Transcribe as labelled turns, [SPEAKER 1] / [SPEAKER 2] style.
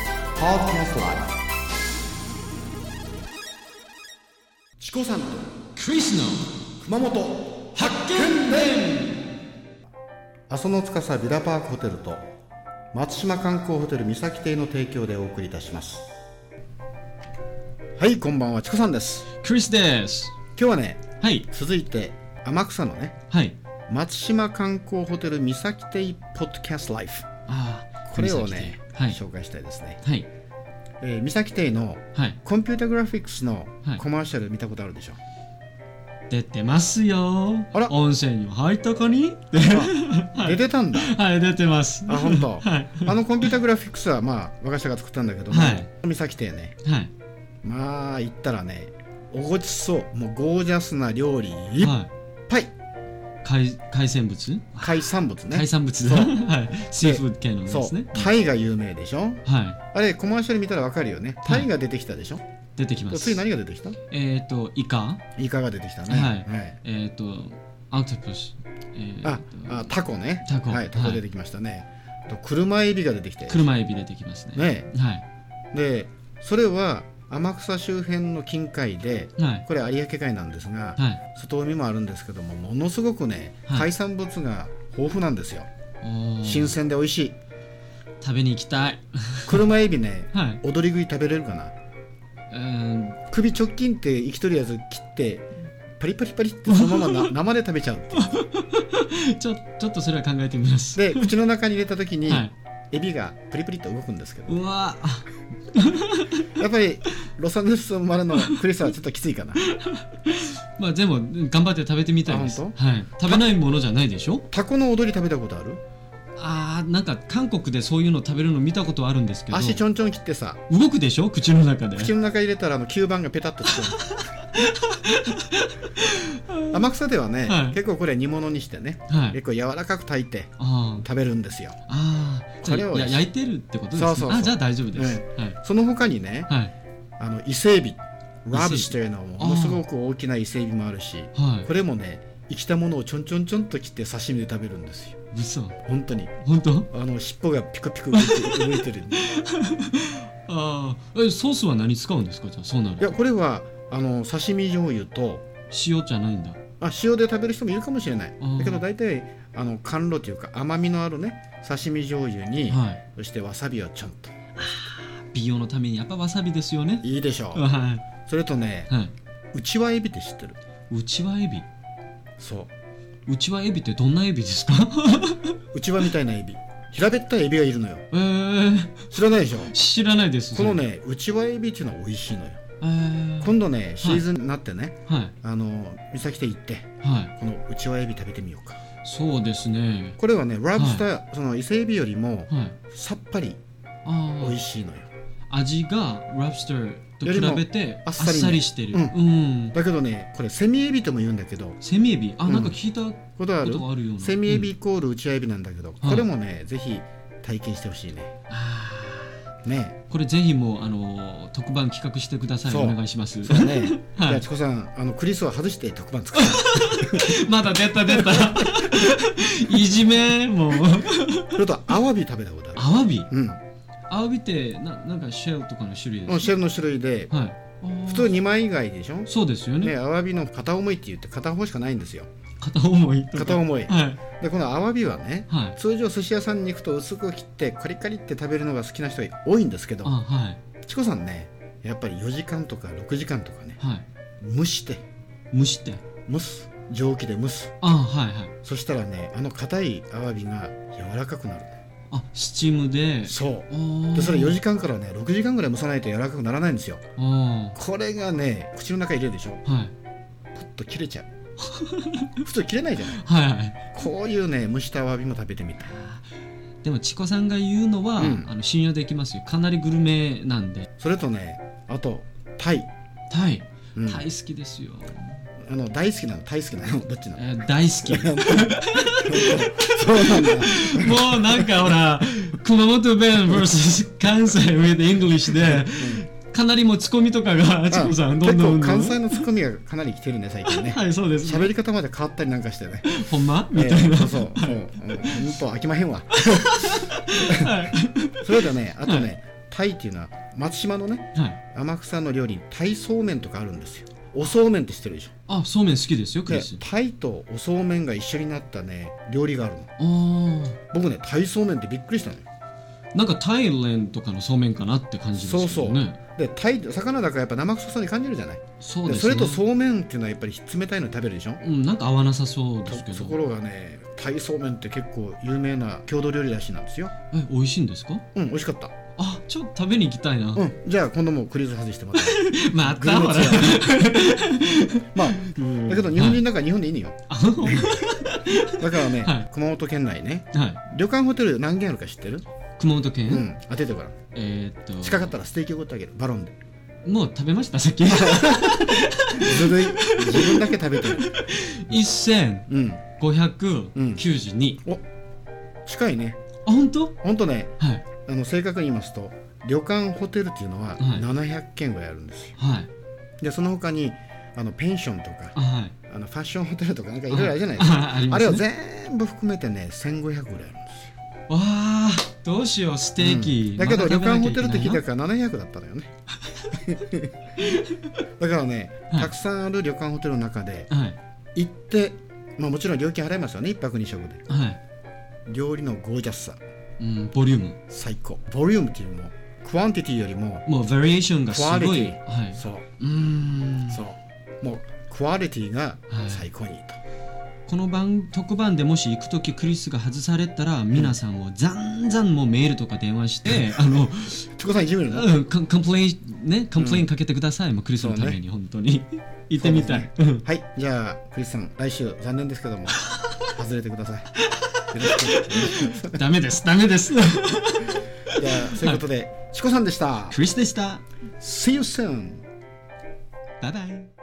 [SPEAKER 1] Podcast Live チコさんと
[SPEAKER 2] クリスの
[SPEAKER 1] 熊本
[SPEAKER 2] 発見伝
[SPEAKER 1] 阿蘇の司ビラパークホテルと松島観光ホテル三崎邸の提供でお送りいたしますはいこんばんはチコさんです
[SPEAKER 2] クリスです
[SPEAKER 1] 今日はね
[SPEAKER 2] はい
[SPEAKER 1] 続いて天草のね
[SPEAKER 2] はい
[SPEAKER 1] 松島観光ホテル三崎邸ポッドキャストライフ
[SPEAKER 2] ああ
[SPEAKER 1] これをね、
[SPEAKER 2] はい
[SPEAKER 1] 紹介したいですね、
[SPEAKER 2] はい
[SPEAKER 1] えー、三崎邸の
[SPEAKER 2] はい
[SPEAKER 1] コンピュータグラフィックスの
[SPEAKER 2] はい
[SPEAKER 1] コマーシャル見たことあるで しょ、
[SPEAKER 2] 出てますよ
[SPEAKER 1] あら
[SPEAKER 2] 温泉に入ったかに
[SPEAKER 1] あ出てたんだ
[SPEAKER 2] はい出てます
[SPEAKER 1] あ本当
[SPEAKER 2] はい
[SPEAKER 1] あのコンピュータグラフィックスはまあ若下が作ったんだけども、
[SPEAKER 2] はい
[SPEAKER 1] 三崎邸ね
[SPEAKER 2] はい
[SPEAKER 1] まあ行ったらねおごちそうもうゴージャスな料理いっ
[SPEAKER 2] は
[SPEAKER 1] ぱい、
[SPEAKER 2] い海海鮮物、
[SPEAKER 1] 海産物ね
[SPEAKER 2] 海産物
[SPEAKER 1] そ
[SPEAKER 2] だ
[SPEAKER 1] う
[SPEAKER 2] はいシーフード系の
[SPEAKER 1] そ
[SPEAKER 2] で
[SPEAKER 1] う、
[SPEAKER 2] すね
[SPEAKER 1] タイが有名でしょ
[SPEAKER 2] は
[SPEAKER 1] あれコマーシャル見たらわかるよねタイが出てきたでしょ、
[SPEAKER 2] い出てきます
[SPEAKER 1] 次何が出てきた
[SPEAKER 2] えっとイカ
[SPEAKER 1] イカが出てきたね、
[SPEAKER 2] はいえっとアウトプスえ
[SPEAKER 1] あ
[SPEAKER 2] ーと
[SPEAKER 1] あタコね
[SPEAKER 2] タコ
[SPEAKER 1] はい、タコ
[SPEAKER 2] はい
[SPEAKER 1] 出てきましたね、あと車エビが出てきて
[SPEAKER 2] 車エビ出てきますね
[SPEAKER 1] ね
[SPEAKER 2] はい
[SPEAKER 1] でそれは天草周辺の近海で
[SPEAKER 2] はい
[SPEAKER 1] これ有明海なんですが、
[SPEAKER 2] はい
[SPEAKER 1] 外海もあるんですけどもものすごくね
[SPEAKER 2] はい
[SPEAKER 1] 海産物が豊富なんですよ、
[SPEAKER 2] おー
[SPEAKER 1] 新鮮で美味しい
[SPEAKER 2] 食べに行きたい
[SPEAKER 1] 車エビね
[SPEAKER 2] はい
[SPEAKER 1] 踊り食い食べれるかな
[SPEAKER 2] うーん
[SPEAKER 1] 首直近って生きとるやつ切ってパリパリパリってそのま まな生で食べちゃうっていう
[SPEAKER 2] ちょちょっとそれは考えてみます。
[SPEAKER 1] で口の中に入れた時に、
[SPEAKER 2] はい、
[SPEAKER 1] エビがプリプリと動くんですけど
[SPEAKER 2] うわあ
[SPEAKER 1] やっぱりロサンゼルス生まれのクリスはちょっときついかな
[SPEAKER 2] まあでも頑張って食べてみたいです。
[SPEAKER 1] あ
[SPEAKER 2] は
[SPEAKER 1] 本
[SPEAKER 2] い、食べないものじゃないでしょ
[SPEAKER 1] タコの踊り食べたことある
[SPEAKER 2] あーなんか韓国でそういうの食べるの見たことあるんですけど
[SPEAKER 1] 足ちょんちょん切ってさ
[SPEAKER 2] 動くでしょ口の中で。
[SPEAKER 1] 口の中入れたらあの吸盤がペタッとして る天草ではね、
[SPEAKER 2] はい
[SPEAKER 1] 結構これ煮物にしてね
[SPEAKER 2] はい、
[SPEAKER 1] 結構柔らかく炊いて
[SPEAKER 2] あー
[SPEAKER 1] 食べるんですよ
[SPEAKER 2] あーじゃ
[SPEAKER 1] こ
[SPEAKER 2] あ
[SPEAKER 1] れは美
[SPEAKER 2] や
[SPEAKER 1] 味しい
[SPEAKER 2] 焼いてるってことですね
[SPEAKER 1] そうそうそう
[SPEAKER 2] あじゃあ大丈夫です。はい
[SPEAKER 1] その他にね
[SPEAKER 2] はい
[SPEAKER 1] あの伊勢エビ
[SPEAKER 2] ビ
[SPEAKER 1] ラブシというのもものすごく大きな伊勢エビもあるし
[SPEAKER 2] はい
[SPEAKER 1] これもね生きたものをちょんちょんちょんと切って刺身で食べるんですよ
[SPEAKER 2] 嘘
[SPEAKER 1] 本当に
[SPEAKER 2] 本当
[SPEAKER 1] あの尻尾がピクピク動いて動いてるい
[SPEAKER 2] ああえソースは何使うんですかじゃあそうなる
[SPEAKER 1] や
[SPEAKER 2] と
[SPEAKER 1] これはあの刺身醤油と
[SPEAKER 2] 塩じゃないんだ
[SPEAKER 1] あ塩で食べる人もいるかもしれない
[SPEAKER 2] うん
[SPEAKER 1] だけど大体あの甘露というか甘みのあるね刺身醤油に
[SPEAKER 2] はい
[SPEAKER 1] そしてわさびをちょんと
[SPEAKER 2] 美容のためにやっぱわさびですよね
[SPEAKER 1] いいでしょう
[SPEAKER 2] は
[SPEAKER 1] それとね
[SPEAKER 2] い、はいう
[SPEAKER 1] ちわエビって知ってる
[SPEAKER 2] うちわエビ
[SPEAKER 1] そう
[SPEAKER 2] うちわエビってどんなエビですか
[SPEAKER 1] うちわみたいなエビ平べったいエビがいるのよ
[SPEAKER 2] えー、
[SPEAKER 1] 知らないでしょ
[SPEAKER 2] 知らないです
[SPEAKER 1] この、ねうちわエビっていうのは美味しいのよ
[SPEAKER 2] それえー、
[SPEAKER 1] 今度ねシーズンになってね、
[SPEAKER 2] はい
[SPEAKER 1] あの三崎で行って
[SPEAKER 2] はい
[SPEAKER 1] このうちわエビ食べてみようか
[SPEAKER 2] そうですね
[SPEAKER 1] これはねラブスター、その伊勢エビよりも
[SPEAKER 2] はい
[SPEAKER 1] さっぱり美
[SPEAKER 2] あ
[SPEAKER 1] 味しいのよ
[SPEAKER 2] あ味がラブスターと
[SPEAKER 1] よりも
[SPEAKER 2] 比べて
[SPEAKER 1] あ
[SPEAKER 2] あ
[SPEAKER 1] っ
[SPEAKER 2] っ
[SPEAKER 1] さりね
[SPEAKER 2] さりしてる
[SPEAKER 1] う
[SPEAKER 2] うんん、
[SPEAKER 1] だけどねこれセミエビとも言うんだけど
[SPEAKER 2] セミエビあ、
[SPEAKER 1] うん
[SPEAKER 2] なんか聞いたこ
[SPEAKER 1] ことある
[SPEAKER 2] とがあるような
[SPEAKER 1] セミエビ
[SPEAKER 2] うん
[SPEAKER 1] イコールうちわエビなんだけど、これもねぜひ体験してほしいね
[SPEAKER 2] あ
[SPEAKER 1] ね
[SPEAKER 2] ーこれぜひもうあのー特番企画してください
[SPEAKER 1] そう
[SPEAKER 2] お願いします
[SPEAKER 1] そうだね、じゃ
[SPEAKER 2] は
[SPEAKER 1] あ
[SPEAKER 2] い
[SPEAKER 1] チコさんあのクリスを外して特番作る
[SPEAKER 2] まだ出た出た いじめもう
[SPEAKER 1] それとアワビ食べたことある
[SPEAKER 2] アワビ
[SPEAKER 1] うん
[SPEAKER 2] アワビってななんかシェルとかの種類です
[SPEAKER 1] もうシェルの種類で
[SPEAKER 2] はいあー
[SPEAKER 1] 普通2枚以外でしょ
[SPEAKER 2] そうですよね
[SPEAKER 1] ね、アワビの片思いって言って片方しかないんですよ
[SPEAKER 2] 片思いとか
[SPEAKER 1] 片思い
[SPEAKER 2] はい
[SPEAKER 1] でこのアワビはね
[SPEAKER 2] はい
[SPEAKER 1] 通常寿司屋さんに行くと薄く切ってカリカリって食べるのが好きな人が多いんですけど
[SPEAKER 2] あはい
[SPEAKER 1] チコさんねやっぱり4時間とか6時間とかね
[SPEAKER 2] はい
[SPEAKER 1] 蒸して
[SPEAKER 2] 蒸して
[SPEAKER 1] 蒸す蒸気で蒸す
[SPEAKER 2] あはいはい
[SPEAKER 1] そしたらねあの硬いアワビが柔らかくなる
[SPEAKER 2] あスチームで
[SPEAKER 1] そ
[SPEAKER 2] あ
[SPEAKER 1] う
[SPEAKER 2] ー
[SPEAKER 1] でそれ4時間からね6時間ぐらい蒸さないと柔らかくならないんですよ
[SPEAKER 2] あ
[SPEAKER 1] これがね口の中入れるでしょ
[SPEAKER 2] ーはい
[SPEAKER 1] プッと切れちゃ う普通切れないじゃない
[SPEAKER 2] はいはい
[SPEAKER 1] こういうね蒸したアワビも食べてみたい
[SPEAKER 2] でもチコさんが言うのは、
[SPEAKER 1] うん
[SPEAKER 2] あの信用できますよかなりグルメなんで
[SPEAKER 1] それとねあとタイ、
[SPEAKER 2] タイ、
[SPEAKER 1] うん
[SPEAKER 2] タイ好きですよ、
[SPEAKER 1] あの大好きなの大好き なのどっちなの
[SPEAKER 2] えー大好き
[SPEAKER 1] そうなんだ
[SPEAKER 2] もうなんかほら熊本弁 vs 関西 with English でかなりもうツッコミとかがチコさんどんどん
[SPEAKER 1] 結構
[SPEAKER 2] どんどん
[SPEAKER 1] 関西のツッコミがかなり来てるね最近ね
[SPEAKER 2] はいそうです
[SPEAKER 1] 喋り方まで変わったりなんかしてね
[SPEAKER 2] ほんまみたい
[SPEAKER 1] ええ
[SPEAKER 2] な、
[SPEAKER 1] そうそうそううんほんと飽きまへんわ
[SPEAKER 2] はい
[SPEAKER 1] それでねあとね、タイっていうのは松島のね
[SPEAKER 2] はい。
[SPEAKER 1] 天草の料理にタイそうめんとかあるんですよおそうめんって知ってるでしょ
[SPEAKER 2] あ、そうめん好きですよ、ク
[SPEAKER 1] で
[SPEAKER 2] リス。
[SPEAKER 1] タイとおそうめんが一緒になったね料理があるの
[SPEAKER 2] あー
[SPEAKER 1] 僕ねタイそうめんってびっくりしたのよ
[SPEAKER 2] なんかタイレンとかのそうめんかなって感じですよね。
[SPEAKER 1] でタイ魚だからやっぱ生臭そうに感じるじゃない
[SPEAKER 2] そう
[SPEAKER 1] そ
[SPEAKER 2] で
[SPEAKER 1] です
[SPEAKER 2] ね。
[SPEAKER 1] それとそうめんっていうのはやっぱり冷たいの食べるでしょ
[SPEAKER 2] うん、なんか合わなさそうですけ
[SPEAKER 1] とと
[SPEAKER 2] ど。
[SPEAKER 1] ころがねタイそうめんって結構有名な郷土料理らしいなんですよ
[SPEAKER 2] え、美味しいんですか
[SPEAKER 1] うん美味しかった
[SPEAKER 2] あ、ちょっと食べに行きたいな。
[SPEAKER 1] うんじゃあ今度もうクリズ外してまた
[SPEAKER 2] ま
[SPEAKER 1] グル
[SPEAKER 2] た
[SPEAKER 1] メ
[SPEAKER 2] ほら
[SPEAKER 1] ツア。ーまあ
[SPEAKER 2] うん
[SPEAKER 1] だけど日本人だから日本でいいのよ
[SPEAKER 2] あほん
[SPEAKER 1] だからね、
[SPEAKER 2] はい
[SPEAKER 1] 熊本県内ね
[SPEAKER 2] はい。
[SPEAKER 1] 旅館ホテル何軒あるか知ってる
[SPEAKER 2] 熊本県、
[SPEAKER 1] うん当ててごらん
[SPEAKER 2] えーっと。
[SPEAKER 1] 近かったらステーキおごってあげるバロンで
[SPEAKER 2] もう食べました、さっき。
[SPEAKER 1] ずるい自分だけ食べてる
[SPEAKER 2] 1592。
[SPEAKER 1] うんお近いね
[SPEAKER 2] あ、本当？
[SPEAKER 1] ほんとね
[SPEAKER 2] はい。
[SPEAKER 1] あの正確に言いますと旅館ホテルっていうのは
[SPEAKER 2] はい
[SPEAKER 1] 700軒ぐらいあるんですよ、
[SPEAKER 2] はい。
[SPEAKER 1] でその他にあのペンションとか
[SPEAKER 2] あ、はい。
[SPEAKER 1] あのファッションホテルとかなんかいろいろあるじゃないですか、
[SPEAKER 2] ああり
[SPEAKER 1] あ
[SPEAKER 2] ます、
[SPEAKER 1] れ
[SPEAKER 2] ね、
[SPEAKER 1] を全部含めてね1500ぐらいあるんですよ
[SPEAKER 2] わあどうしようステーキ、
[SPEAKER 1] だけど
[SPEAKER 2] ま
[SPEAKER 1] 旅
[SPEAKER 2] 食べな
[SPEAKER 1] 館
[SPEAKER 2] きゃ
[SPEAKER 1] ホ
[SPEAKER 2] い
[SPEAKER 1] テ
[SPEAKER 2] け
[SPEAKER 1] ル
[SPEAKER 2] な
[SPEAKER 1] って聞いたから
[SPEAKER 2] いな
[SPEAKER 1] 700だった のよねだからね、
[SPEAKER 2] はい
[SPEAKER 1] たくさんある旅館ホテルの中で
[SPEAKER 2] はい
[SPEAKER 1] 行って、まあ、もちろん料金払いますよね1泊2食で
[SPEAKER 2] はい
[SPEAKER 1] 料理のゴージャスさ
[SPEAKER 2] うんボリューム
[SPEAKER 1] 最高ボリュームっていうのもクワンティティよりも
[SPEAKER 2] もうバリエーションがすご
[SPEAKER 1] クオリ
[SPEAKER 2] い
[SPEAKER 1] テ
[SPEAKER 2] はい
[SPEAKER 1] そう
[SPEAKER 2] うーん
[SPEAKER 1] そうもうクオリティが
[SPEAKER 2] はい
[SPEAKER 1] 最高にいいと、
[SPEAKER 2] この番特番でもし行く時クリスが外されたら皆さんをざんざんもうメールとか電話してあの、
[SPEAKER 1] チョコさんいじめるの、
[SPEAKER 2] うん、コンコンプレインねコンプレインかけてください、もうクリスのために、本当に行ってみたい、うん
[SPEAKER 1] はいじゃあクリスさん来週残念ですけど も外れてくださいよろしくお願いします
[SPEAKER 2] ダメですダメ です
[SPEAKER 1] じゃあそういうことでチコさんでした
[SPEAKER 2] クリスでした
[SPEAKER 1] See you soon!
[SPEAKER 2] バイバイ